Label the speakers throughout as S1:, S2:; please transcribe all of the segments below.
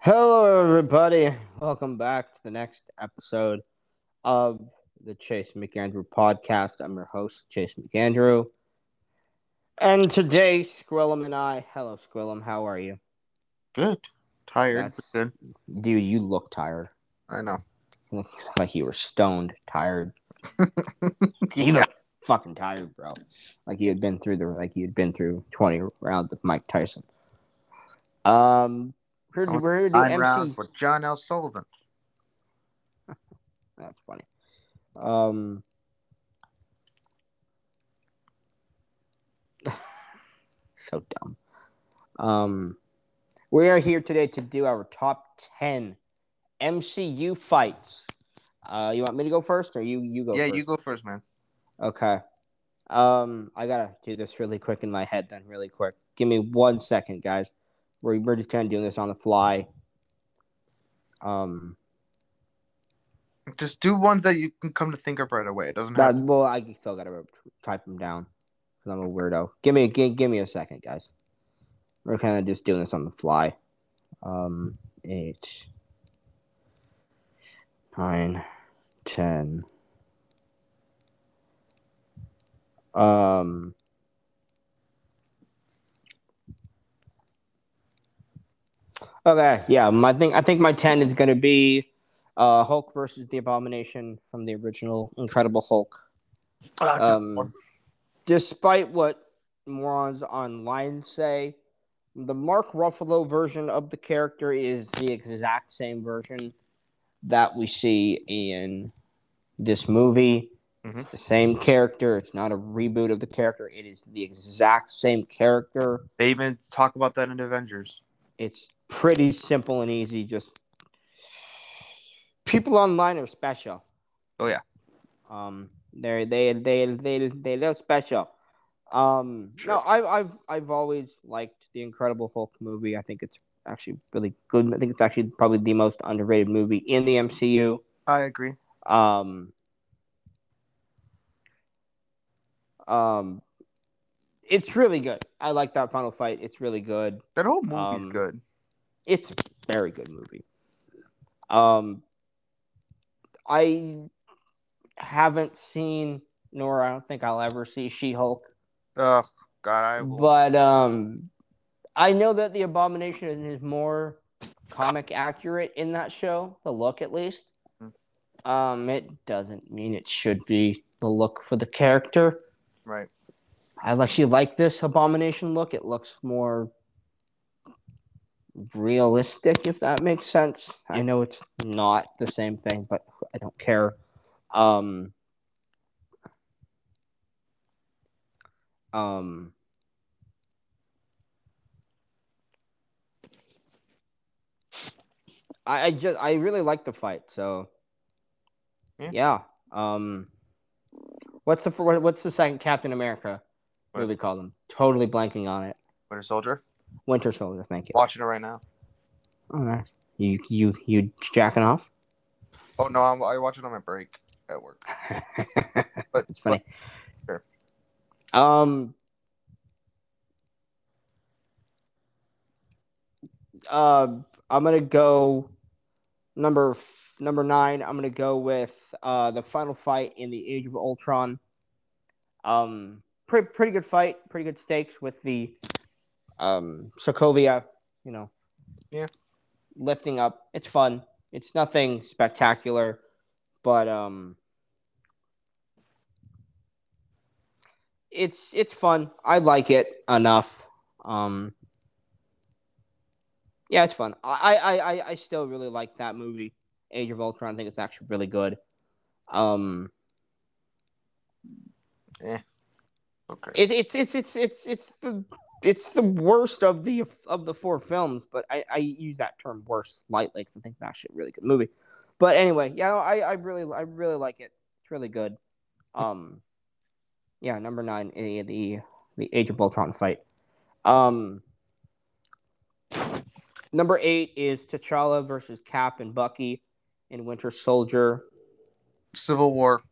S1: Hello, everybody. Welcome back to the next episode of the Chase McAndrew podcast. I'm your host, Chase McAndrew. And today, Squillum and I. Hello, Squillum. How are you?
S2: Good. Tired,
S1: That's-
S2: but good.
S1: Dude, you look tired.
S2: I know.
S1: You look like you were stoned, tired. you look fucking tired, bro. Like you had been through the like you had been through 20 rounds with Mike Tyson. Um, we're,
S2: I went
S1: we're gonna do
S2: Nine
S1: MC.
S2: rounds with John L. Sullivan.
S1: That's funny. Um, so dumb. Um, we are here today to do our top ten MCU fights. Uh, you want me to go first, or you you go?
S2: yeah,
S1: first?
S2: you go first, man.
S1: Okay. Um, I gotta do this really quick in my head, then really quick. Give me one second, guys. We're we're just kind of doing this on the fly. Um,
S2: Just do ones that you can come to think of right away. It doesn't
S1: That,
S2: have
S1: well, I still gotta type them down because I'm a weirdo. Give me, give, give me a second, guys. We're kind of just doing this on the fly. Um, eight, nine, ten. Um. Okay, yeah, my thing. I think my ten is gonna be uh, Hulk versus the Abomination from the original Incredible Hulk.
S2: Ah, it's a-
S1: Um, despite what morons online say, the Mark Ruffalo version of the character is the exact same version that we see in this movie. It's
S2: Mhm.
S1: the same character. It's not a reboot of the character. It is the exact same character
S2: They even talk about that in Avengers.
S1: it's pretty simple and easy. Just people online are special.
S2: Oh, yeah.
S1: Um, they they they they they they're special. Um,
S2: Sure.
S1: no, I, I've I've always liked the Incredible Hulk movie. I think it's actually really good. I think it's actually probably the most underrated movie in the MCU.
S2: I agree.
S1: Um, um, it's really good. I like that final fight. It's really good
S2: That whole movie's
S1: Um,
S2: good.
S1: it's a very good movie. Um, I haven't seen, nor I don't think I'll ever see She Hulk,
S2: Ugh, God, I will.
S1: but um, I know that the Abomination is more comic accurate in that show, the look at least. Um, it doesn't mean it should be the look for the character.
S2: Right.
S1: I actually like this abomination look. It looks more realistic, if that makes sense. I know it's not the same thing, but I don't care. Um, um, I, I just I really like the fight, so
S2: Yeah.
S1: yeah. Um, what's the fir- what, what's the second Captain America? What do
S2: What?
S1: we call them? Totally blanking on it.
S2: Winter Soldier.
S1: Winter Soldier. Thank you.
S2: Watching it right now.
S1: Oh, nice. You you you jacking off?
S2: Oh no, I'm, I watch it on my break at work. But
S1: it's funny.
S2: Sure.
S1: Um. Uh, I'm gonna go number f- number nine. I'm gonna go with uh the final fight in the Age of Ultron. Um, pretty pretty good fight, pretty good stakes with the um Sokovia. You know,
S2: Yeah.
S1: lifting up. It's fun. It's nothing spectacular, but um, it's it's fun. I like it enough. Um, yeah, it's fun. I I I- I, I still really like that movie, Age of Ultron. I think it's actually really good. Um,
S2: Okay.
S1: it, it's it's it's it's it's the it's the worst of the of the four films, but I, I use that term worst lightly 'cause I think it's actually a really good movie. But anyway, yeah, no, I, I really I really like it. It's really good. Um, yeah, number nine, eh, the the Age of Ultron fight. Um, number eight is T'Challa versus Cap and Bucky in Winter Soldier.
S2: Civil War.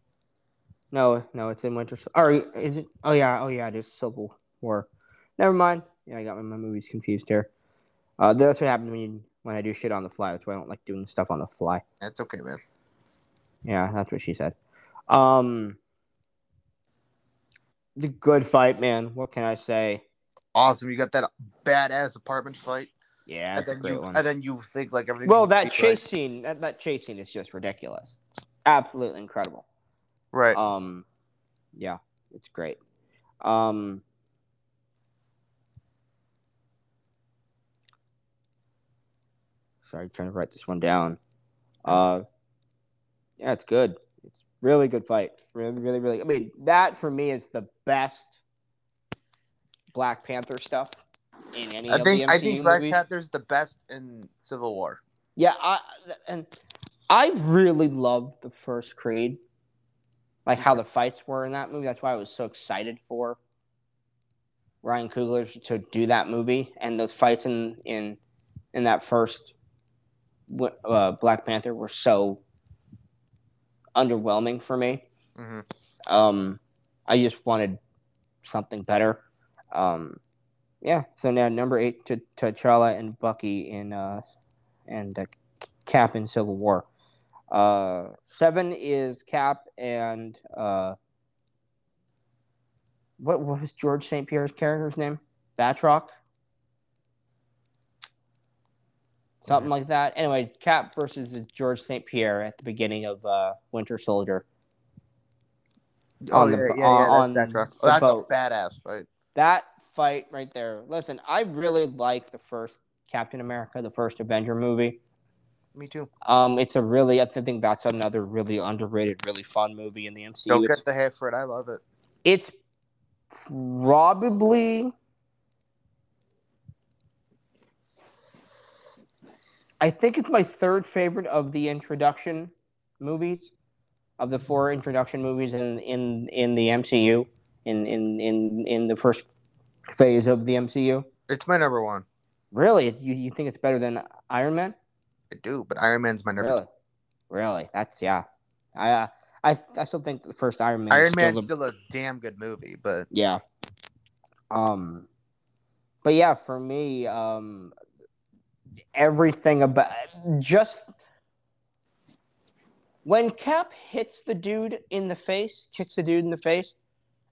S1: No, no, it's in Winter. Sol- Or is it? Oh yeah, oh yeah, it is Civil War. Never mind. Yeah, I got my, my movies confused here. Uh, that's what happened when you when I do shit on the fly. That's why I don't like doing stuff on the fly.
S2: That's okay, man.
S1: Yeah, that's what she said. Um, the good fight, man. What can I say?
S2: Awesome. You got that badass apartment fight,
S1: Yeah, that's a
S2: and
S1: great
S2: then you
S1: one.
S2: and then you think like everything.
S1: well, that chase scene, that, that chase scene is just ridiculous. Absolutely incredible.
S2: right?
S1: Um, yeah, it's great. Um, sorry, trying to write this one down. Uh, yeah, it's good. It's really good fight. Really, really, really. I mean, that for me is the best Black Panther stuff in any.
S2: I
S1: of
S2: think
S1: the
S2: I think
S1: MCU
S2: Black
S1: movies.
S2: Panther's the best in Civil War.
S1: Yeah, I and I really loved the first Creed, like how the fights were in that movie. That's why I was so excited for Ryan Coogler to do that movie and those fights in in in that first uh, Black Panther were so underwhelming for me.
S2: Mhm.
S1: Um, I just wanted something better. Um, yeah. So now number eight to T'Challa and Bucky in uh, and uh, Cap in Civil War. Uh, seven is Cap and uh, what what was George St. Pierre's character's name? Batroc. Something like that. Anyway, Cap versus George St. Pierre at the beginning of uh, Winter Soldier. On the- on
S2: that's, Batroc.
S1: the
S2: Oh, that's
S1: boat.
S2: a badass fight.
S1: that fight right there. Listen, I really like the first Captain America, the first Avenger movie.
S2: Me too.
S1: Um, it's a really, I think that's another really underrated, really fun movie in the MCU.
S2: Don't
S1: It's-
S2: get the hair for it. I love it.
S1: It's probably. I think it's my third favorite of the introduction movies, of the four introduction movies in in, in the MCU, in, in in in the first phase of the MCU.
S2: It's my number one.
S1: Really, you, you think it's better than Iron Man?
S2: I do, but Iron Man's my number.
S1: Really, really? That's yeah. I uh, I I still think the first Iron Man.
S2: two.
S1: is
S2: Iron
S1: still
S2: Man's
S1: the-
S2: still a damn good movie, but
S1: Yeah. Um but yeah, for me, um everything about just when Cap hits the dude in the face, kicks the dude in the face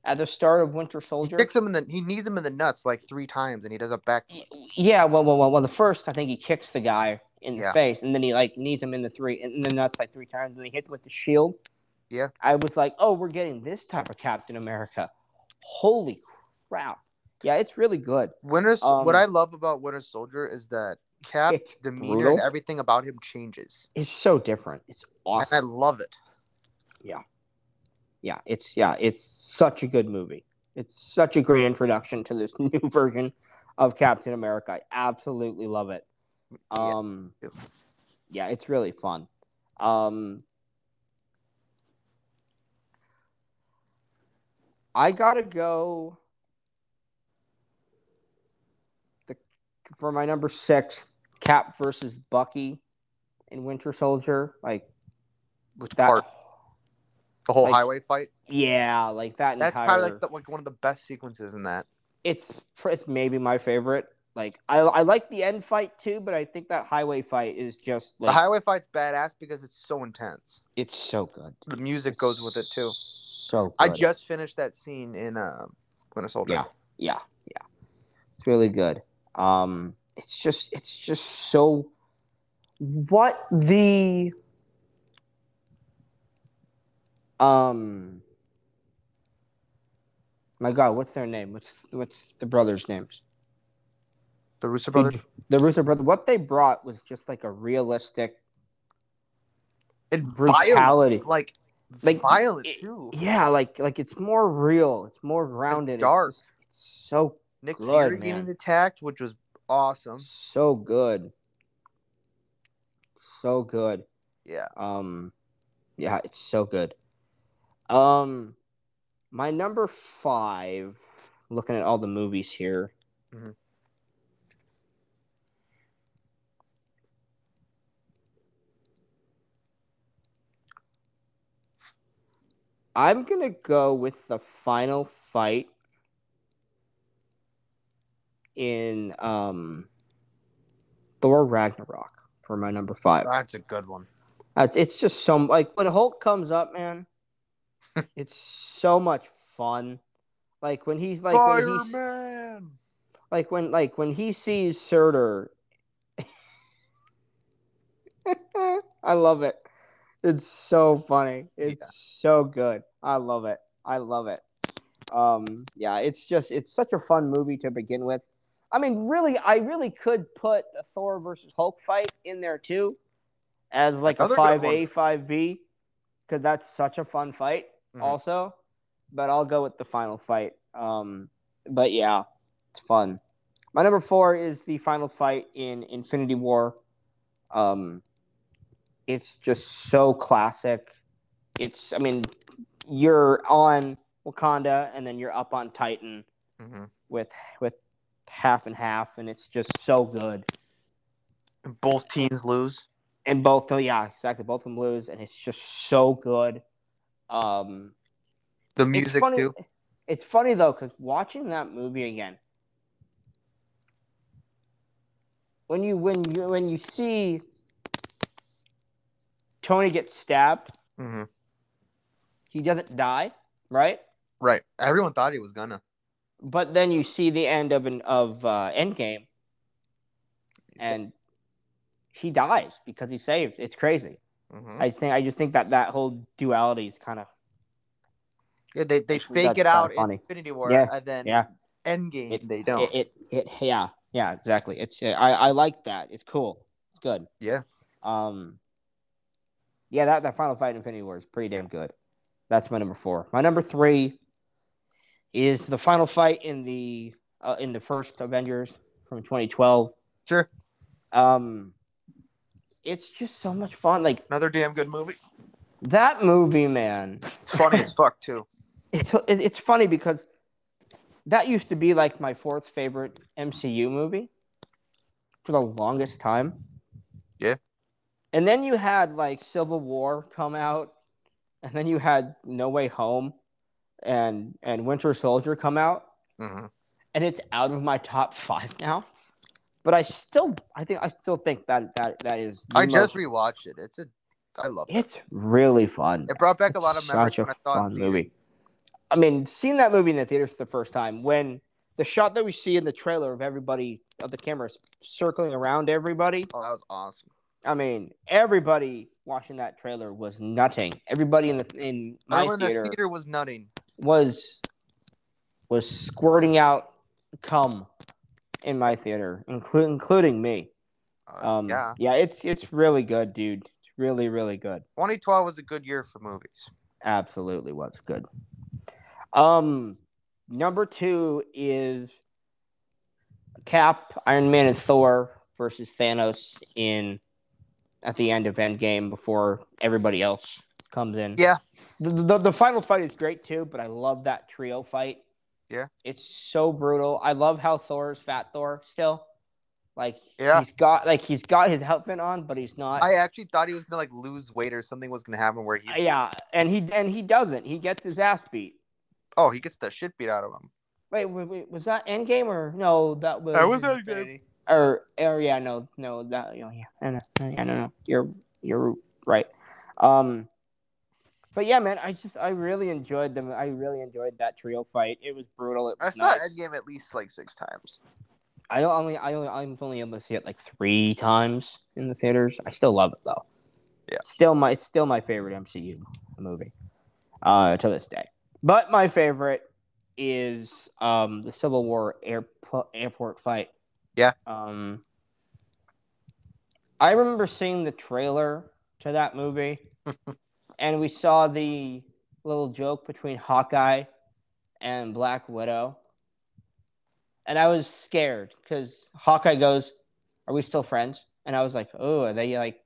S1: at the start of Winter
S2: he
S1: Soldier.
S2: kicks him in the he knees him in the nuts like three times, and he does a back.
S1: Yeah, well, well, well, well, the first I think he kicks the guy in the
S2: Yeah.
S1: face, and then he like knees him in the three, and then that's like three times, and he hit with the shield.
S2: Yeah.
S1: I was like, oh, we're getting this type of Captain America. Holy crap! Yeah, it's really good.
S2: Winter. Sol- what
S1: Um,
S2: I love about Winter Soldier is that Cap
S1: It's
S2: demeanor and
S1: brutal.
S2: everything about him changes,
S1: It's so different. It's
S2: and I
S1: awesome.
S2: love it.
S1: Yeah, it's yeah, it's such a good movie. It's such a great introduction to this new version of Captain America. I absolutely love it.
S2: Yeah.
S1: Um, yeah, it's really fun. Um, I gotta go. The for my number six, Cap versus Bucky in Winter Soldier, like
S2: Which
S1: that.
S2: part? The whole
S1: like-
S2: highway fight.
S1: Yeah, like that.
S2: That's
S1: entire,
S2: probably like the, like one of the best sequences in that.
S1: it's pr- it's maybe my favorite. Like I I like the end fight too, but I think that highway fight is just
S2: the
S1: like
S2: highway fight's badass because it's so intense.
S1: it's so good.
S2: The music goes with it too.
S1: So good.
S2: I just finished that scene in uh, Winter Soldier.
S1: Yeah. yeah, yeah. It's really good. Um, it's just it's just so what the um my god, what's their name? What's what's the brothers' names?
S2: The Russo brother.
S1: The Russo brother. What they brought was just like a realistic
S2: And
S1: Brutality.
S2: violence, like,
S1: Like,
S2: violent
S1: it-
S2: too.
S1: Yeah, like like it's more real. It's more grounded. It's
S2: dark.
S1: just- It's, so
S2: Nick
S1: Good,
S2: Fury
S1: man.
S2: getting attacked, which was awesome.
S1: so good. So good.
S2: Yeah.
S1: Um yeah, it's so good. Um my number 5 looking at all the movies here.
S2: Mhm.
S1: I'm going to go with the final fight in um Thor Ragnarok for my number five.
S2: That's a good one.
S1: That's it's just so like when Hulk comes up, man. it's so much fun. Like when he's like when he's
S2: Fireman.
S1: like when like when he sees Surtur. I love it. It's so funny. It's
S2: Yeah.
S1: so good. I love it. I love it. Um yeah, it's just it's such a fun movie to begin with. I mean, really I really could put the Thor versus Hulk fight in there too as like a
S2: Another good
S1: 5A 5B cuz that's such a fun fight
S2: Mhm.
S1: also. But I'll go with the final fight. Um but yeah, it's fun. My number four is the final fight in Infinity War. Um, it's just so classic. It's, I mean, you're on Wakanda and then you're up on Titan
S2: Mhm.
S1: with with half and half, and it's just so good.
S2: And Both teams lose.
S1: And both, oh yeah, exactly, both of them lose, and it's just so good. Um,
S2: The
S1: it's
S2: music
S1: funny-
S2: too.
S1: It's funny though, because watching that movie again, when you when you when you see Tony get stabbed,
S2: hmm
S1: he doesn't die, right?
S2: Right. Everyone thought he was gonna.
S1: But then you see the end of an of uh, Endgame, and he dies because he's saved. It's crazy.
S2: Mhm.
S1: I think I just think that that whole duality is kind of
S2: Yeah, they they
S1: That's- that's
S2: fake it
S1: kinda
S2: out in
S1: funny.
S2: Infinity War,
S1: Yeah,
S2: and then
S1: yeah.
S2: Endgame
S1: It-
S2: they don't.
S1: it, it, it yeah yeah exactly it's I, I like that it's cool it's good
S2: Yeah.
S1: um yeah that, that final fight in infinity war is pretty damn good that's my number four my number three is the final fight in the uh, in the first avengers from 2012
S2: sure,
S1: um it's just so much fun like
S2: another damn good movie.
S1: that movie man
S2: It's funny as fuck too.
S1: it's it- it's funny because that used to be like my fourth favorite MCU movie for the longest time.
S2: Yeah.
S1: And then you had like Civil War come out, and then you had No Way Home and and Winter Soldier come out,
S2: hmm
S1: and it's out of my top 5 now. But I still I think I still think that that that is the
S2: I
S1: most-
S2: just rewatched it. It's a, I love it.
S1: it's really fun.
S2: It brought back a
S1: It's
S2: lot of memories.
S1: Such a
S2: when I saw it in
S1: fun
S2: theaters.
S1: movie. I mean, seeing that movie in the theaters for the first time, when the shot that we see in the trailer of everybody of the cameras circling around everybody,
S2: Oh, that was awesome.
S1: I mean, everybody watching that trailer was nutting. Everybody in the in my
S2: Everyone
S1: theater
S2: in the theater was nutting.
S1: was was squirting out cum in my theater, including including me.
S2: Uh,
S1: Um,
S2: yeah,
S1: yeah, it's it's really good, dude. It's really really good.
S2: 2012 was a good year for movies.
S1: absolutely what's good. Um, number two is Cap, Iron Man, and Thor versus Thanos in at the end of Endgame before everybody else comes in.
S2: Yeah.
S1: the the, the final fight is great too, but I love that trio fight.
S2: Yeah.
S1: it's so brutal. I love how Thor is Fat Thor still. Like
S2: Yeah.
S1: he's got like he's got his helmet on, but he's not.
S2: I actually thought he was gonna like lose weight or something was gonna happen where he.
S1: yeah, and he and he doesn't. He gets his ass beat.
S2: Oh, he gets the shit beat out of him.
S1: Wait, wait, wait, was that Endgame or no? That was
S2: That was
S1: Infinity. Or, or yeah, no, no, that you know, yeah, I know, yeah, no, no, you're you're right. Um, but yeah, man, I just I really enjoyed them. I really enjoyed that trio fight. It was brutal. It
S2: I
S1: was
S2: saw
S1: nice.
S2: Endgame at least like six times.
S1: I don't only I only I'm only able to see it like three times in the theaters. I still love it though.
S2: Yeah.
S1: Still my it's still my favorite MCU movie. Uh to this day. But my favorite is um the Civil War air, pl- airport fight.
S2: Yeah.
S1: Um I remember seeing the trailer to that movie and we saw the little joke between Hawkeye and Black Widow. And I was scared because Hawkeye goes, Are we still friends? And I was like, Oh, are they like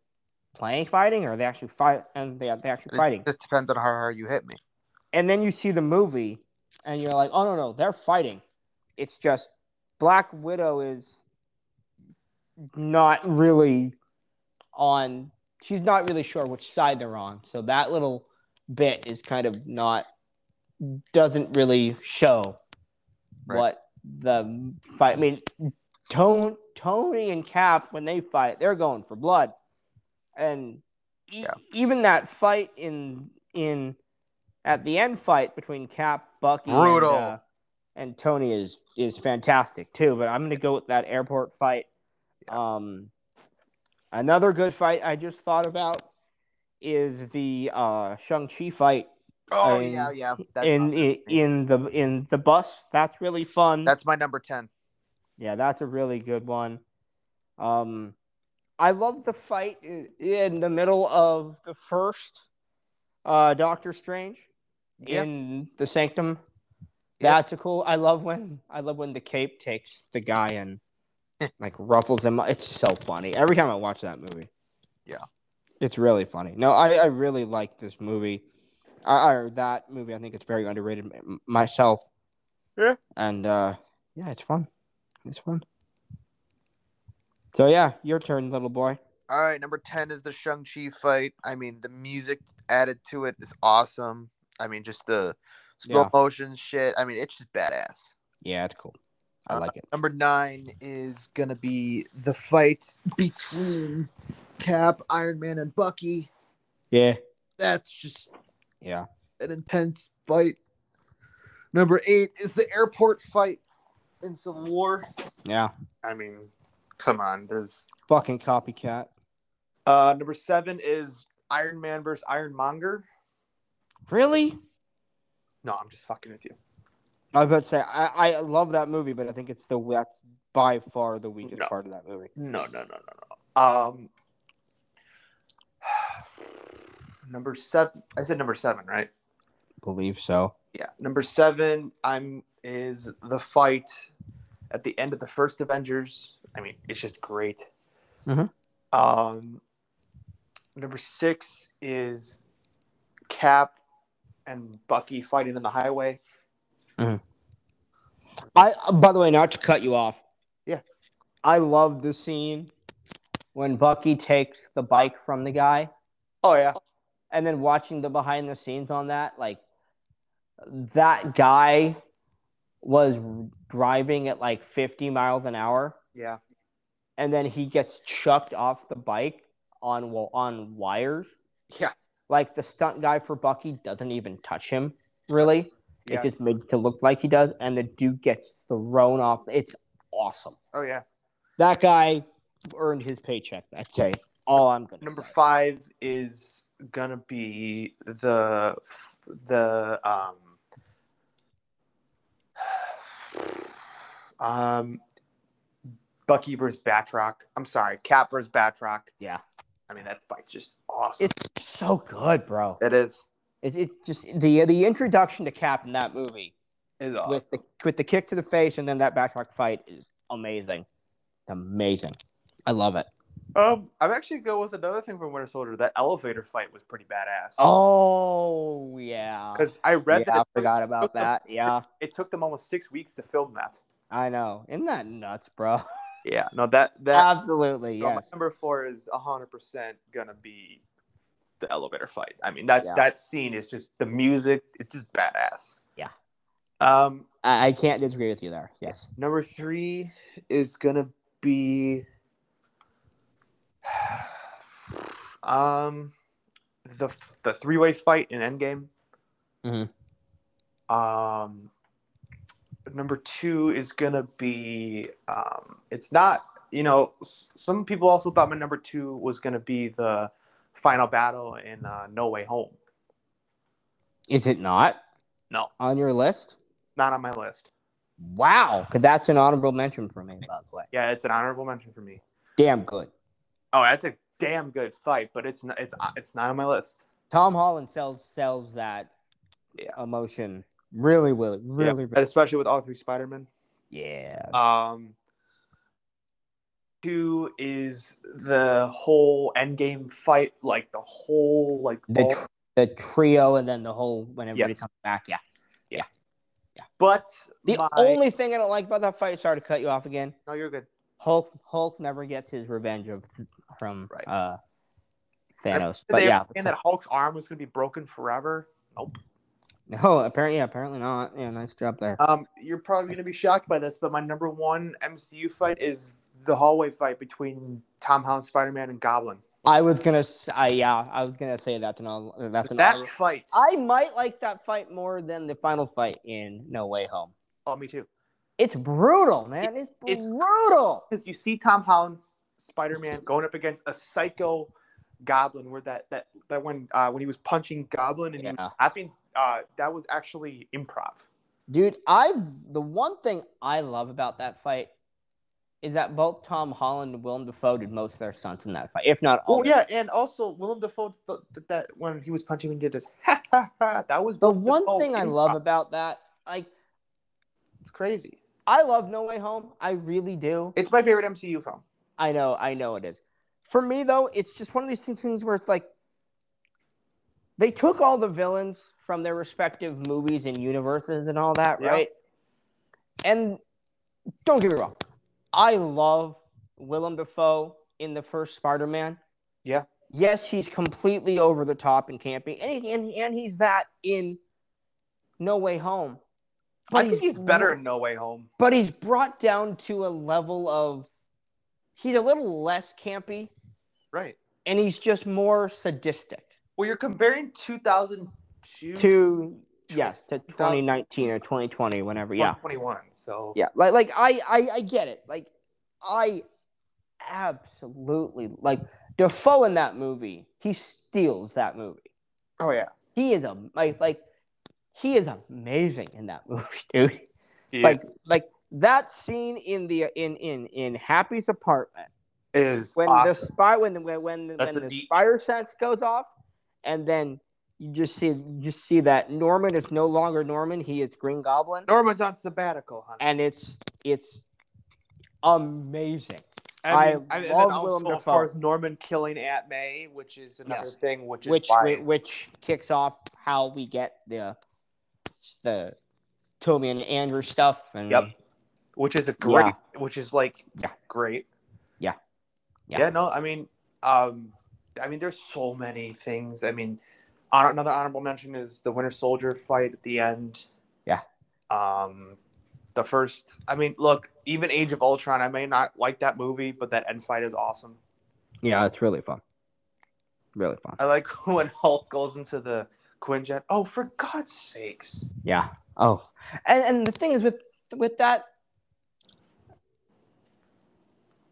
S1: playing fighting or are they actually fight? And they, they're actually
S2: It
S1: fighting.
S2: just depends on how hard you hit me.
S1: And then you see the movie and you're like, Oh, no, no, they're fighting. It's just Black Widow is not really on, she's not really sure which side they're on. So that little bit is kind of not, doesn't really show
S2: Right.
S1: what the fight. I mean, don't Tony and Cap when they fight, they're going for blood, and e-
S2: Yeah.
S1: even that fight in in at the end fight between Cap, Bucky, and,
S2: Brutal.
S1: uh, and Tony is is fantastic too. But I'm gonna go with that airport fight. Um, another good fight I just thought about is the uh Shang Chi fight
S2: Oh
S1: I mean,
S2: yeah, yeah. That's
S1: in,
S2: awesome.
S1: in in the in the bus. That's really fun.
S2: that's my number ten.
S1: Yeah, that's a really good one. Um, I love the fight i- in the middle of the first uh, Doctor Strange
S2: Yeah.
S1: in the Sanctum.
S2: Yeah.
S1: That's a cool. I love when I love when the cape takes the guy and like ruffles him. up. It's so funny every time I watch that movie.
S2: Yeah.
S1: it's really funny. No, I I really like this movie. I, or that movie. I think it's very underrated m- myself.
S2: Yeah.
S1: and uh, yeah, it's fun. It's fun. So yeah, your turn, little boy.
S2: All right, number ten is the Shang Chi fight. I mean, the music added to it is awesome. I mean, just the slow
S1: Yeah.
S2: motion shit. I mean, it's just badass.
S1: Yeah, it's cool. I
S2: Uh,
S1: like it.
S2: Number nine is gonna be the fight between Cap, Iron Man, and Bucky.
S1: Yeah,
S2: That's just
S1: yeah.
S2: an intense fight. Number eight is the airport fight in Civil War.
S1: Yeah.
S2: I mean, come on. There's
S1: Fucking copycat.
S2: uh, number seven is Iron Man versus Ironmonger.
S1: Really?
S2: No, I'm just fucking with you.
S1: I was about to say I, I love that movie, but I think it's the that's by far the weakest
S2: No.
S1: part of that movie.
S2: No, no, no, no, no. Um, number seven. I said number seven, right?
S1: Believe so.
S2: Yeah. Number seven. I'm is the fight at the end of the first Avengers. I mean, it's just great.
S1: Mhm.
S2: Um, number six is Cap and Bucky fighting in the highway.
S1: I by the way, not to cut you off.
S2: Yeah.
S1: I love the scene when Bucky takes the bike from the guy.
S2: Oh yeah.
S1: and then watching the behind the scenes on that, like that guy was driving at like 50 miles an hour,
S2: Yeah.
S1: and then he gets chucked off the bike on wa- on wires.
S2: Yeah.
S1: Like the stunt guy for Bucky doesn't even touch him, really.
S2: Yeah.
S1: It just made it to look like he does, and the dude gets thrown off. It's awesome.
S2: oh yeah.
S1: That guy earned his paycheck. That's it. All I'm gonna
S2: Number
S1: say.
S2: five is gonna be the the um um Bucky versus Batroc. I'm sorry, Cap versus Batroc.
S1: Yeah.
S2: I mean that fight's just awesome.
S1: It's so good, bro.
S2: It is.
S1: It's, it's just the the introduction to Cap in that movie
S2: It is awesome.
S1: with the with the kick to the face and then that backtrack fight is amazing, amazing. I love it.
S2: Um, I'm actually go with another thing from Winter Soldier. That elevator fight was pretty badass.
S1: Oh yeah,
S2: because I read
S1: yeah, I
S2: that it,
S1: forgot about that. Yeah,
S2: it took them almost six weeks to film that.
S1: I know. Isn't that nuts, bro?
S2: Yeah, no, that that
S1: Absolutely,
S2: So my
S1: yes.
S2: number four is hundred percent gonna be the elevator fight. I mean that
S1: Yeah.
S2: that scene is just the music. It's just badass.
S1: Yeah.
S2: Um,
S1: I, I can't disagree with you there. Yes.
S2: number three is gonna be, um, the the three way fight in Endgame.
S1: Mhm.
S2: Um, number two is gonna be um, it's not you know s- some people also thought my number two was gonna be the final battle in uh, No Way Home.
S1: Is it not
S2: No,
S1: on your list?
S2: not on my list.
S1: Wow, 'cause that's an honorable mention for me, by the way.
S2: Yeah, it's an honorable mention for me.
S1: Damn good.
S2: Oh, that's a damn good fight, but it's not, it's uh, it's not on my list.
S1: Tom Holland sells sells that
S2: Yeah.
S1: emotion really, really,
S2: Yeah,
S1: really,
S2: and especially with all three Spider Men.
S1: Yeah.
S2: Um, two is the whole Endgame fight, like the whole like
S1: The,
S2: all-
S1: tr- the trio and then the whole when everybody
S2: Yes.
S1: comes back. Yeah.
S2: but
S1: The
S2: my-
S1: only thing I don't like about that fight, sorry to cut you off again.
S2: no, you're good.
S1: Hulk Hulk never gets his revenge of from
S2: Right.
S1: uh
S2: I
S1: Thanos.
S2: mean,
S1: But
S2: they
S1: yeah.
S2: and that Hulk's arm was gonna be broken forever.
S1: No, apparently yeah, apparently not. Yeah, nice job there.
S2: Um, you're probably gonna be shocked by this, but my number one MCU fight is the hallway fight between Tom Holland Spider Man and Goblin.
S1: I was gonna, s- I yeah, I was gonna say that's an all. uh, That's an all.
S2: That fight.
S1: I might like that fight more than the final fight in No Way Home.
S2: oh, me too.
S1: It's brutal, man. It's
S2: It's-
S1: brutal.
S2: Because you see Tom Holland's Spider Man going up against a psycho Goblin, where that that that when uh, when he was punching Goblin and he
S1: Yeah.
S2: was laughing, uh, that was actually improv.
S1: Dude, I the one thing I love about that fight is that both Tom Holland and Willem Dafoe did most of their stunts in that fight, if not all.
S2: Oh yeah, and also Willem Dafoe th- th- that when he was punching, him, he did this. Ha ha ha! That was
S1: The
S2: Willem
S1: one
S2: Dafoe
S1: thing I
S2: improv.
S1: love about that, like,
S2: It's crazy.
S1: I love No Way Home. I really do.
S2: It's my favorite MCU film.
S1: I know, I know it is. For me though, it's just one of these things where it's like they took all the villains from their respective movies and universes and all that,
S2: Yeah.
S1: right? And don't get me wrong, I love Willem Dafoe in the first Spider-Man.
S2: Yeah.
S1: Yes, he's completely over the top and campy, and and, and he's that in No Way Home.
S2: I think he's better in No Way Home.
S1: but he's brought down to a level of he's a little less campy
S2: Right.
S1: and he's just more sadistic
S2: Well, you're comparing 2002 to
S1: to yes to 2019 or 2020 whenever yeah
S2: 21. So
S1: yeah like like I, I i get it like i absolutely like defoe in that movie he steals that movie
S2: Oh yeah.
S1: he is a like like he is amazing in that movie dude like like that scene in the in in in happy's apartment
S2: is
S1: when the
S2: awesome.
S1: spy when the when when, the-
S2: That's
S1: when
S2: a
S1: the
S2: deep-
S1: spider sense goes off, and then you just see you just see that Norman is no longer Norman; he is Green Goblin,
S2: Norman's on sabbatical, honey.
S1: and it's it's amazing. I
S2: mean, and then
S1: love
S2: also,
S1: Willem
S2: of
S1: Dafoe.
S2: course, Norman killing Aunt May, which is another
S1: Yes.
S2: thing, which is
S1: which
S2: why
S1: whi-
S2: it's-
S1: which kicks off how we get the the Toby and Andrew stuff. And
S2: Yep. which is a great, which is like
S1: Yeah.
S2: great.
S1: Yeah. Yeah.
S2: yeah, No, I mean, um, I mean, there's so many things. I mean, hon- another honorable mention is the Winter Soldier fight at the end.
S1: Yeah.
S2: Um, the first. I mean, look, even Age of Ultron. I may not like that movie, but that end fight is awesome.
S1: yeah, it's really fun. Really fun.
S2: I like when Hulk goes into the Quinjet. Oh, for God's sakes!
S1: Yeah. Oh, and and the thing is with with that,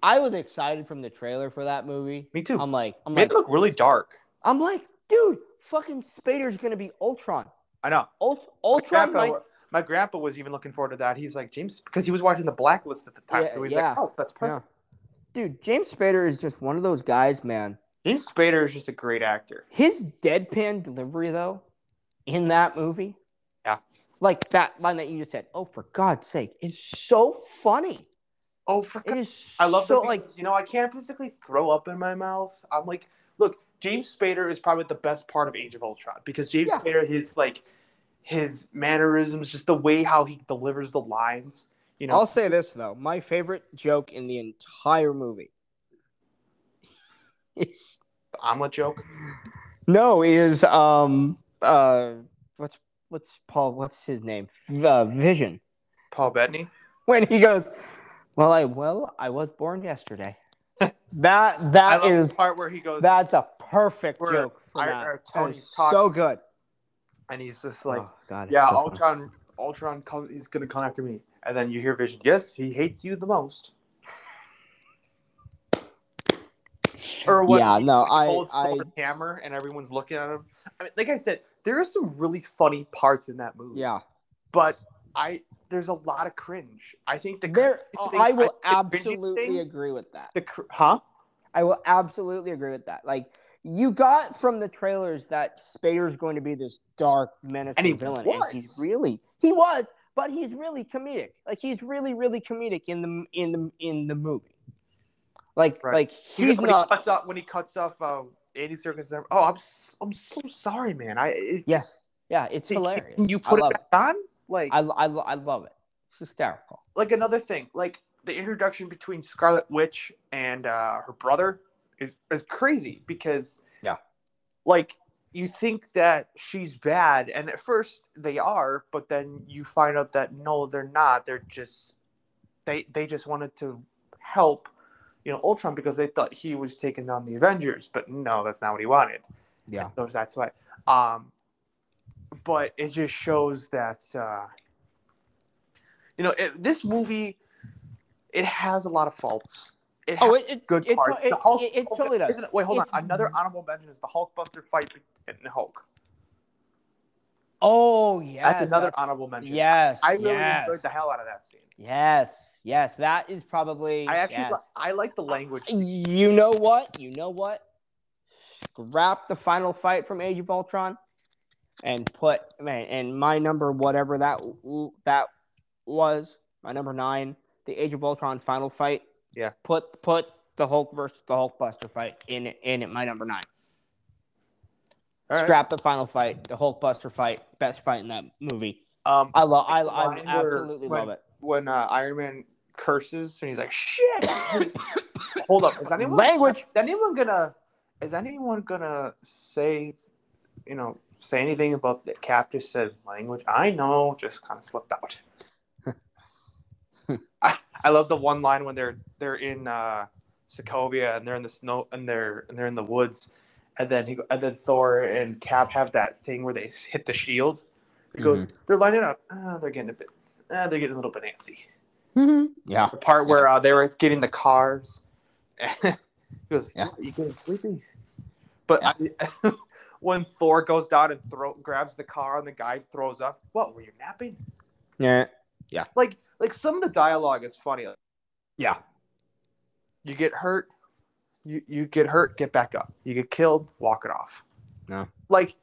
S1: I was excited from the trailer for that movie.
S2: Me too.
S1: I'm like, I'm
S2: Made
S1: like,
S2: it look really dark.
S1: I'm like, dude, fucking Spader's gonna be Ultron.
S2: I know.
S1: Ult-
S2: My
S1: Ultron.
S2: grandpa,
S1: might-
S2: my grandpa was even looking forward to that. He's like James because he was watching the Blacklist at the time.
S1: Yeah,
S2: so he's
S1: yeah.
S2: like, oh, that's
S1: yeah.
S2: perfect.
S1: Dude, James Spader is just one of those guys, man.
S2: James Spader is just a great actor.
S1: His deadpan delivery though, in that movie.
S2: Yeah.
S1: Like that line that you just said. Oh, for God's sake, is so funny.
S2: Oh, for
S1: It
S2: God.
S1: is.
S2: I love
S1: so
S2: that.
S1: like
S2: Like you know, I can't physically throw up in my mouth. I'm like, look, James Spader is probably the best part of Age of Ultron because James
S1: Yeah.
S2: Spader, his like, his mannerisms, just the way how he delivers the lines. You know,
S1: I'll say this though, my favorite joke in the entire movie is
S2: the omelet joke.
S1: no is um uh what's what's Paul what's his name uh, Vision
S2: Paul Bettany.
S1: when he goes well I well I was born yesterday that that
S2: I love
S1: is
S2: the part where he goes
S1: that's a perfect
S2: Where
S1: joke for
S2: I-
S1: that.
S2: or
S1: That
S2: Tony's Oh,
S1: is
S2: talking.
S1: so good
S2: and he's just like,
S1: Oh, God, it's
S2: Yeah,
S1: so funny.
S2: Ultron. Ultron, come, he's gonna come after me, and then you hear Vision. Yes, he hates you the most. Or what?
S1: yeah no I
S2: holds
S1: I
S2: the hammer, and everyone's looking at him. I mean, like I said, there are some really funny parts in that movie.
S1: yeah
S2: but I there's a lot of cringe. I think the
S1: there
S2: cringy thing-
S1: I will
S2: think the cringy
S1: absolutely
S2: thing-
S1: agree with that
S2: the cr- huh?
S1: I will absolutely agree with that. Like you got from the trailers that Spader's going to be this dark, menacing
S2: And he
S1: villain, and he's
S2: was.
S1: really he was, but he's really comedic. Like he's really, really comedic in the in the in the movie. Like
S2: Right.
S1: like he's
S2: when
S1: not.
S2: He cuts off when he cuts off um, Andy Serkis. arm, Oh, I'm s- I'm so sorry, man. I it,
S1: Yes, yeah, it's
S2: Can-
S1: hilarious.
S2: can you
S1: I
S2: put it
S1: love
S2: back on? Like
S1: I, I lo- I love it. It's hysterical.
S2: like another thing, like the introduction between Scarlet Witch and uh, her brother is is crazy because
S1: Yeah.
S2: like you think that she's bad, and at first they are, but then you find out that no, they're not. They're just they they just wanted to help you know Ultron because they thought he was taking down the Avengers, but no, that's not what he wanted.
S1: Yeah.
S2: So that's why. Um, but it just shows that uh, you know it, this movie it has a lot of faults. It has
S1: Oh, it, it
S2: good
S1: it,
S2: parts.
S1: It,
S2: the Hulk,
S1: it, it totally does.
S2: Isn't it, wait, hold
S1: It's-
S2: on. Another honorable mention is the Hulkbuster fight in Hulk.
S1: Oh yes,
S2: That's another honorable mention.
S1: Yes,
S2: I really
S1: yes,
S2: enjoyed the hell out of that scene.
S1: yes, yes. That is probably.
S2: I actually
S1: yes.
S2: li- I like the language.
S1: You know what? You know what? Scrap the final fight from Age of Ultron, and put man, and my number whatever that that was my number nine, the Age of Ultron final fight.
S2: Yeah.
S1: Put put the Hulk versus the Hulkbuster fight in it in it my number nine.
S2: All right.
S1: Scrap the final fight, the Hulkbuster fight, best fight in that movie.
S2: Um,
S1: I love, I, I
S2: Mine were-
S1: absolutely love it.
S2: when uh, Iron Man curses and he's like, "Shit!" Hold up, is anyone
S1: Language.
S2: Is anyone gonna? Is anyone gonna say, you know, say anything about that? Cap just said language. I know, just kind of slipped out. I, I love the one line when they're they're in uh, Sokovia and they're in the snow and they're and they're in the woods, and then he and then Thor and Cap have that thing where they hit the shield. It goes, they're lining up. Ah, they're getting a bit. ah, they're getting a little bit antsy.
S1: yeah.
S2: The part where uh, they were getting the cars. he goes,
S1: Yeah.
S2: "What, you getting sleepy?" But I, when Thor goes down and throw, grabs the car and the guy throws up, what were you napping?
S1: Yeah.
S2: Like, like some of the dialogue is funny. Like,
S1: Yeah.
S2: you get hurt, you you get hurt, get back up. You get killed, walk it off.
S1: No.
S2: like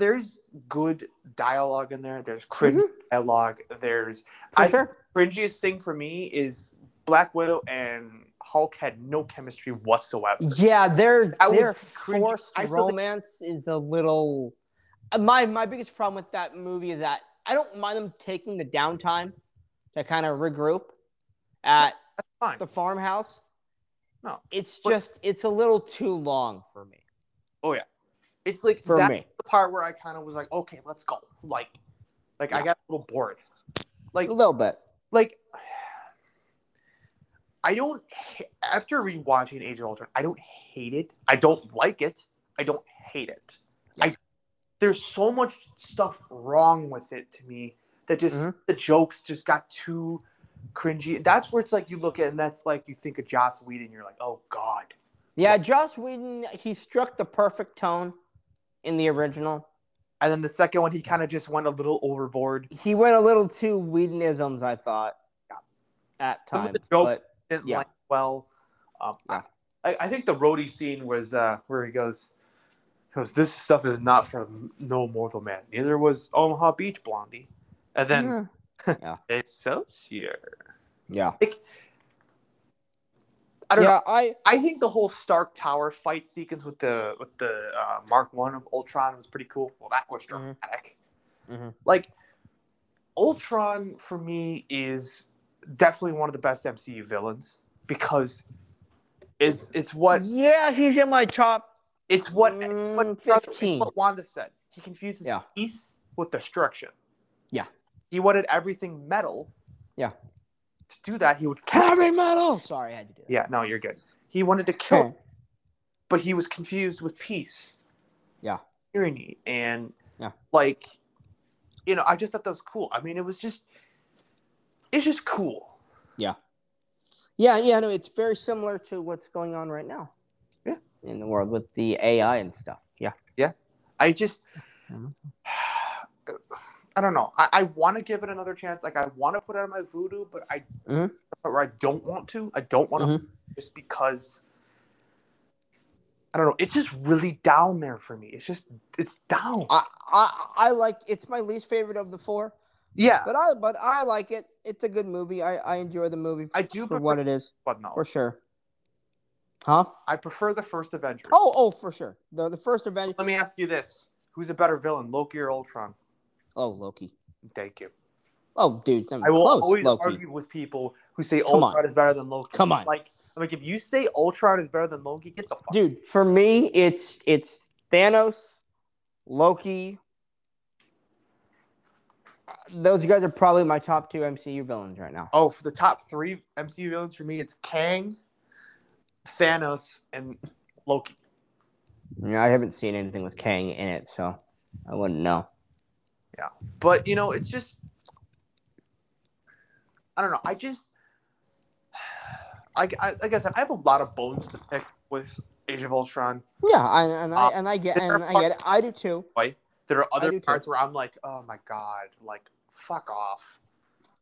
S2: there's good dialogue in there. There's cringe dialogue. There's
S1: Mm-hmm. For
S2: I
S1: sure.
S2: cringiest thing for me is Black Widow and Hulk had no chemistry whatsoever.
S1: Yeah, their
S2: I was
S1: their
S2: cringe-
S1: forced
S2: I still think-
S1: romance is a little. uh, My my biggest problem with that movie is that I don't mind them taking the downtime to kind of regroup at
S2: Fine.
S1: the farmhouse.
S2: No.
S1: it's
S2: But-
S1: just it's a little too long for me.
S2: Oh, It's like
S1: For
S2: that's
S1: me,
S2: the part where I kind of was like, okay, let's go. Like, like I
S1: Yeah.
S2: got a little bored. Like,
S1: a little bit.
S2: like I don't. ha- After rewatching Age of Ultron, I don't hate it. I don't like it. I don't hate it. I there's so much stuff wrong with it to me that just
S1: Mhm.
S2: the jokes just got too cringy. That's where it's like you look at it and that's like you think of Joss Whedon, you're like, oh god.
S1: Yeah, Joss Whedon he struck the perfect tone in the original.
S2: And then the second one, he kind of just went a little overboard.
S1: He went a little too Whedonisms, I thought.
S2: Yeah.
S1: At
S2: Some of
S1: times,
S2: the jokes
S1: but
S2: didn't
S1: Yeah.
S2: like well. Um,
S1: Yeah.
S2: I, I think the roadie scene was uh, where he goes, he goes, "This stuff is not for no mortal man. Neither was Omaha Beach Blondie." And then
S1: yeah.
S2: it's so sheer.
S1: yeah,
S2: I don't know.
S1: yeah, I
S2: I think the whole Stark Tower fight sequence with the with the uh, Mark One of Ultron was pretty cool. Well, that was
S1: Mm-hmm.
S2: dramatic.
S1: Mhm.
S2: Like Ultron for me is definitely one of the best MCU villains because it's it's what
S1: Yeah, he's in my top
S2: it's what
S1: mm,
S2: what, it's
S1: 15.
S2: what Wanda said. He confuses
S1: Yeah.
S2: peace with destruction.
S1: Yeah.
S2: He wanted everything metal.
S1: Yeah.
S2: To do that, he would
S1: Heavy metal. Sorry, I had to do that.
S2: Yeah, no, you're good. He wanted to kill
S1: Sure.
S2: but he was confused with peace.
S1: Yeah.
S2: Tyranny and
S1: Yeah.
S2: like you know, I just thought that was cool. I mean, it was just it's just cool.
S1: Yeah, yeah, no, it's very similar to what's going on right now.
S2: Yeah.
S1: In the world with the AI and stuff. Yeah.
S2: I just
S1: Mhm.
S2: I don't know. I, I want to give it another chance. Like I want to put it on my voodoo, but I
S1: Mhm.
S2: or I don't want to. I don't want to
S1: Mm-hmm.
S2: just because I don't know. It's just really down there for me. It's just it's down.
S1: I, I I like it's my least favorite of the four,
S2: yeah,
S1: but I but I like it. It's a good movie. I I enjoy the movie
S2: I do
S1: for
S2: prefer
S1: what it is,
S2: but no.
S1: for sure. Huh?
S2: I prefer the first Avenger.
S1: Oh, oh, for sure. The the first Avenger.
S2: Let me ask you this: Who's a better villain, Loki or Ultron?
S1: Oh, Loki.
S2: Thank you.
S1: Oh, dude, not even
S2: I will
S1: close.
S2: always
S1: Loki.
S2: argue with people who say
S1: Come on.
S2: Ultron is better than Loki.
S1: Come on.
S2: like I'm like if you say Ultron is better than Loki, get the fuck.
S1: dude for me it's it's thanos loki Uh, those guys are probably my top two mcu villains right now
S2: Oh, for the top three MCU villains for me, it's Kang, Thanos, and Loki.
S1: Yeah, I haven't seen anything with Kang in it, so I wouldn't know.
S2: But you know, it's just I don't know. I just I, I like I said, I have a lot of bones to pick with Age of Ultron.
S1: Yeah, I, and I
S2: Uh,
S1: and I get
S2: is there
S1: and
S2: a
S1: I
S2: part-
S1: get it. I do too.
S2: There are
S1: I
S2: other
S1: do too.
S2: parts where I'm like, oh my god, like fuck off.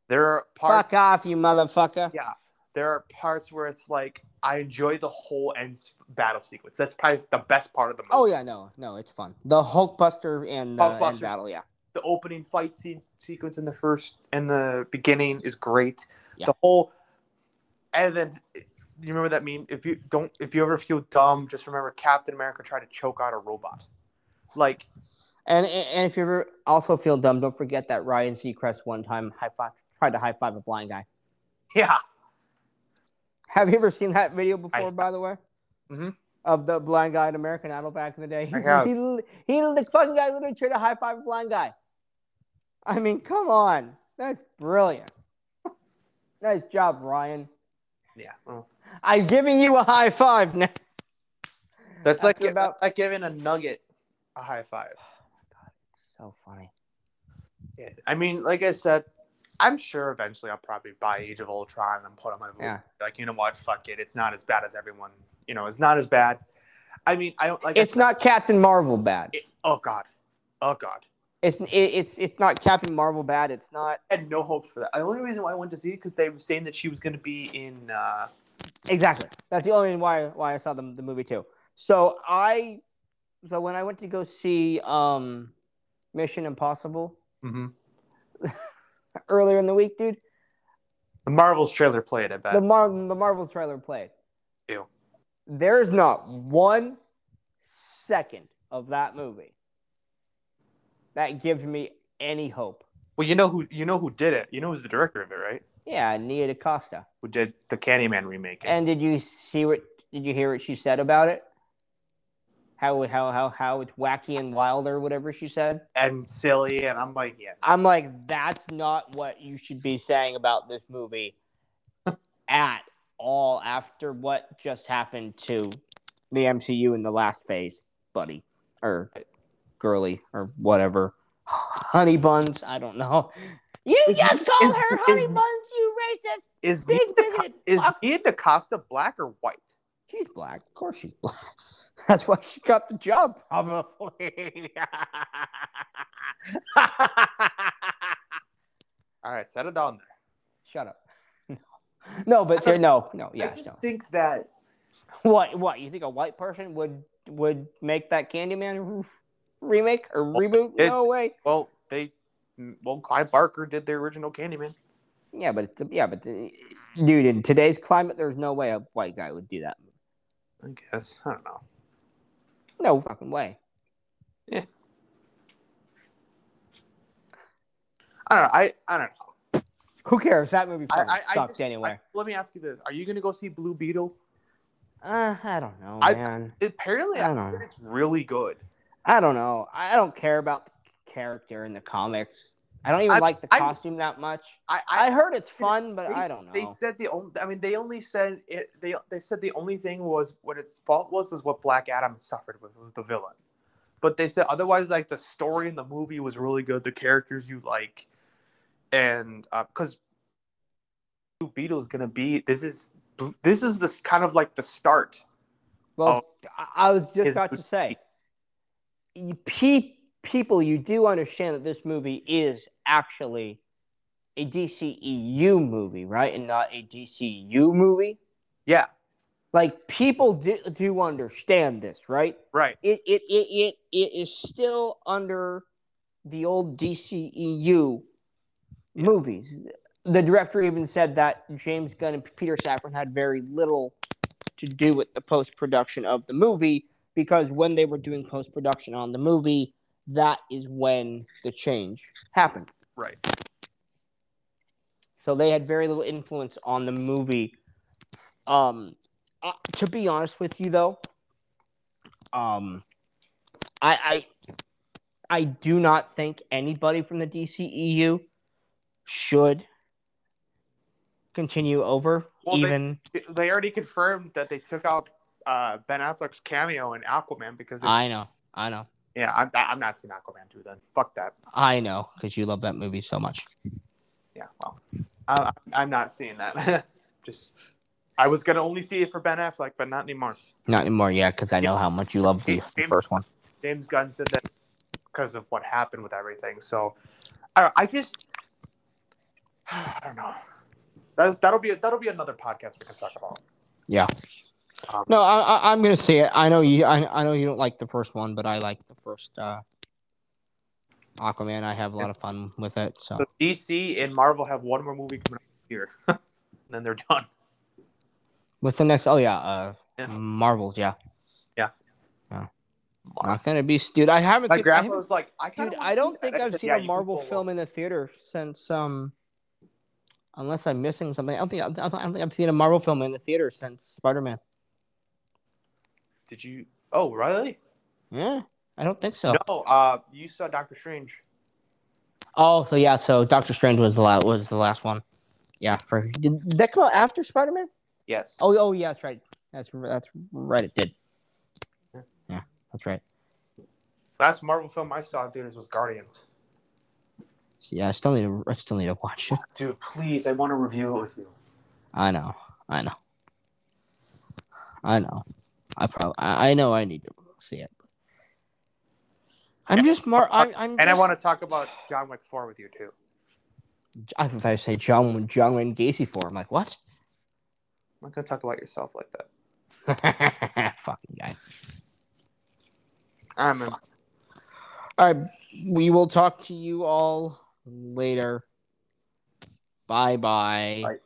S2: There are parts
S1: Fuck off, you motherfucker.
S2: Yeah, there are parts where it's like I enjoy the whole end s- battle sequence. That's probably the best part of the movie.
S1: Oh yeah, no, no, it's fun. The Hulkbuster and, uh, and
S2: Hulkbuster's-
S1: battle, yeah.
S2: The opening fight scene sequence in the first and the beginning is great.
S1: Yeah.
S2: The whole and then you remember that meme? If you don't, if you ever feel dumb, just remember Captain America tried to choke out a robot. Like
S1: And and if you ever also feel dumb, don't forget that Ryan Seacrest one time high five tried to high five a blind guy.
S2: yeah,
S1: Have you ever seen that video before,
S2: have.
S1: by the way?
S2: Mhm.
S1: Of the blind guy in American Idol back in the day.
S2: I have.
S1: He, li- he, the fucking guy literally tried to high five a blind guy. I mean, come on. That's brilliant. nice job, Ryan.
S2: yeah. well,
S1: I'm giving you a high five now.
S2: That's like
S1: Mm. After about-
S2: like giving a nugget a high five.
S1: So funny.
S2: Yeah. I mean, like I said, I'm sure eventually I'll probably buy Age of Ultron and put on my
S1: Yeah.
S2: like, you know what, fuck it. It's not as bad as everyone, you know, it's not as bad. I mean, I don't like I
S1: It's
S2: said,
S1: not Captain Marvel bad.
S2: it- oh god. Oh god.
S1: It's it, it's it's not Captain Marvel bad. It's not
S2: I had no hopes for that. The only reason why I went to see it because they were saying that she was going to be in. Uh,
S1: exactly. That's the only reason why why I saw the, the movie too. So I so when I went to go see um Mission Impossible
S2: Mm-hmm.
S1: earlier in the week, dude,
S2: The Marvel's trailer played. I bet.
S1: the Mar- the Marvel trailer played.
S2: Ew.
S1: There's not one second of that movie that gives me any hope.
S2: well, you know who you know who did it. You know who's the director of it, right?
S1: Yeah, Nia DaCosta.
S2: Who did the Candyman remake?
S1: And did you see what? Did you hear what she said about it? How how how how it's wacky and wild or whatever she said.
S2: and silly, and I'm like, yeah,
S1: I'm like, that's not what you should be saying about this movie at all. After what just happened to the MCU in the last phase, buddy or girly or whatever, honey buns. I don't know. You
S2: Is-
S1: just called
S2: is-
S1: her
S2: is-
S1: honey buns, you racist
S2: is
S1: big
S2: Nia Daco-
S1: bigoted
S2: is
S1: fuck.
S2: Nia DaCosta black or white?
S1: She's black. Of course she's black. That's why she got the job, probably.
S2: All right, set it on there.
S1: Shut up. No, but ser- no, no,
S2: I
S1: yeah.
S2: just
S1: No.
S2: think that
S1: What? What? You think a white person would would make that Candyman re- remake or reboot?
S2: Oh, it-
S1: no way.
S2: well, they well Clive Barker did the original Candyman.
S1: Yeah, but it's, yeah, but the- dude, in today's climate, there's no way a white guy would do that.
S2: I guess I don't know.
S1: No fucking way.
S2: I don't know. I I don't know.
S1: Who cares? That movie
S2: I,
S1: fucking
S2: I, I
S1: sucked
S2: just-
S1: anyway.
S2: I- let me ask you this: Are you going to go see Blue Beetle?
S1: uh, I don't know,
S2: I-
S1: man.
S2: Apparently,
S1: I
S2: I
S1: don't
S2: heard
S1: know.
S2: it's really good.
S1: I don't know. I don't care about the character in the comics. I don't even
S2: I-
S1: like the
S2: I-
S1: costume that much.
S2: I I,
S1: I heard it's fun, but I don't know.
S2: They said the only. I mean, they only said it. They they said the only thing was what its fault was is what Black Adam suffered with was the villain. But they said otherwise, like the story in the movie was really good. The characters you like, and because Blue Beetle is gonna be this is this is this kind of like the start.
S1: well, I I was just
S2: His-
S1: about to say, you pe- people, you do understand that this movie is actually a DCEU movie, right? And not a DCU movie.
S2: Yeah,
S1: Like, people do, do understand this, right?
S2: right.
S1: it it it it, it is still under the old DCEU movies. The director even said that James Gunn and Peter Safran had very little to do with the post production of the movie because when they were doing post production on the movie, that is when the change happened.
S2: Right.
S1: So they had very little influence on the movie. Um, uh, to be honest with you, though, um, I, I I do not think anybody from the E DCEU should continue over
S2: Well, they-
S1: even
S2: They already confirmed that they took out uh, Ben Affleck's cameo in Aquaman because it's,
S1: I know, I know,
S2: yeah, I'm, I'm not seeing Aquaman 2 then. Fuck that.
S1: I know, because you love that movie so much.
S2: Yeah, well, I, I'm not seeing that. Just, I was gonna only see it for Ben Affleck, but not anymore.
S1: Not anymore, yeah, because I know how much you love the, the first one.
S2: James Gunn said that because of what happened with everything. So, I don't, I just, I don't know. That's, that'll be that'll be another podcast we can talk about.
S1: Yeah.
S2: Um,
S1: No, I, I, I'm gonna see it. I know you. I, I know you don't like the first one, but I like the first uh, Aquaman. I have a lot of fun with it. So
S2: So DC and Marvel have one more movie coming out here, and then they're done.
S1: with the next, oh yeah, uh,
S2: Yeah.
S1: Marvels, yeah,
S2: My
S1: not gonna be dude. I haven't. seen- I
S2: grandpa
S1: haven't-
S2: was like, I kinda
S1: Dude,
S2: wanna
S1: I
S2: see
S1: don't
S2: that.
S1: think
S2: I
S1: I've
S2: said,
S1: seen
S2: "Yeah,
S1: a
S2: you can
S1: Marvel
S2: go
S1: film in the theater since um, unless I'm missing something. I don't think I don't I don't think I've seen a Marvel film in the theater since Spider Man.
S2: look." Did you? Oh, really?
S1: Yeah, I don't think so.
S2: No. Uh, you saw Doctor Strange.
S1: Oh, so yeah, so Doctor Strange was the last was the last one. Yeah, for did did that come out after Spider Man?
S2: Yes.
S1: Oh, oh yeah, that's right. That's that's right. It did. Yeah, that's right.
S2: Last Marvel film I saw in theaters was Guardians.
S1: Yeah, I still need to. I still need to watch it.
S2: Dude, please, I want to review it with you.
S1: I know. I know. I know. I probably. I I know. I need to see it. I'm just more. I'm. I'm
S2: And I
S1: just-
S2: want to talk about John Wick 4 with you too.
S1: I thought I say John John Wayne Gacy for. I'm like, what?
S2: I'm not gonna talk about yourself like that.
S1: Fucking guy.
S2: I'm in.
S1: All right. We will talk to you all later. Bye bye.
S2: Bye.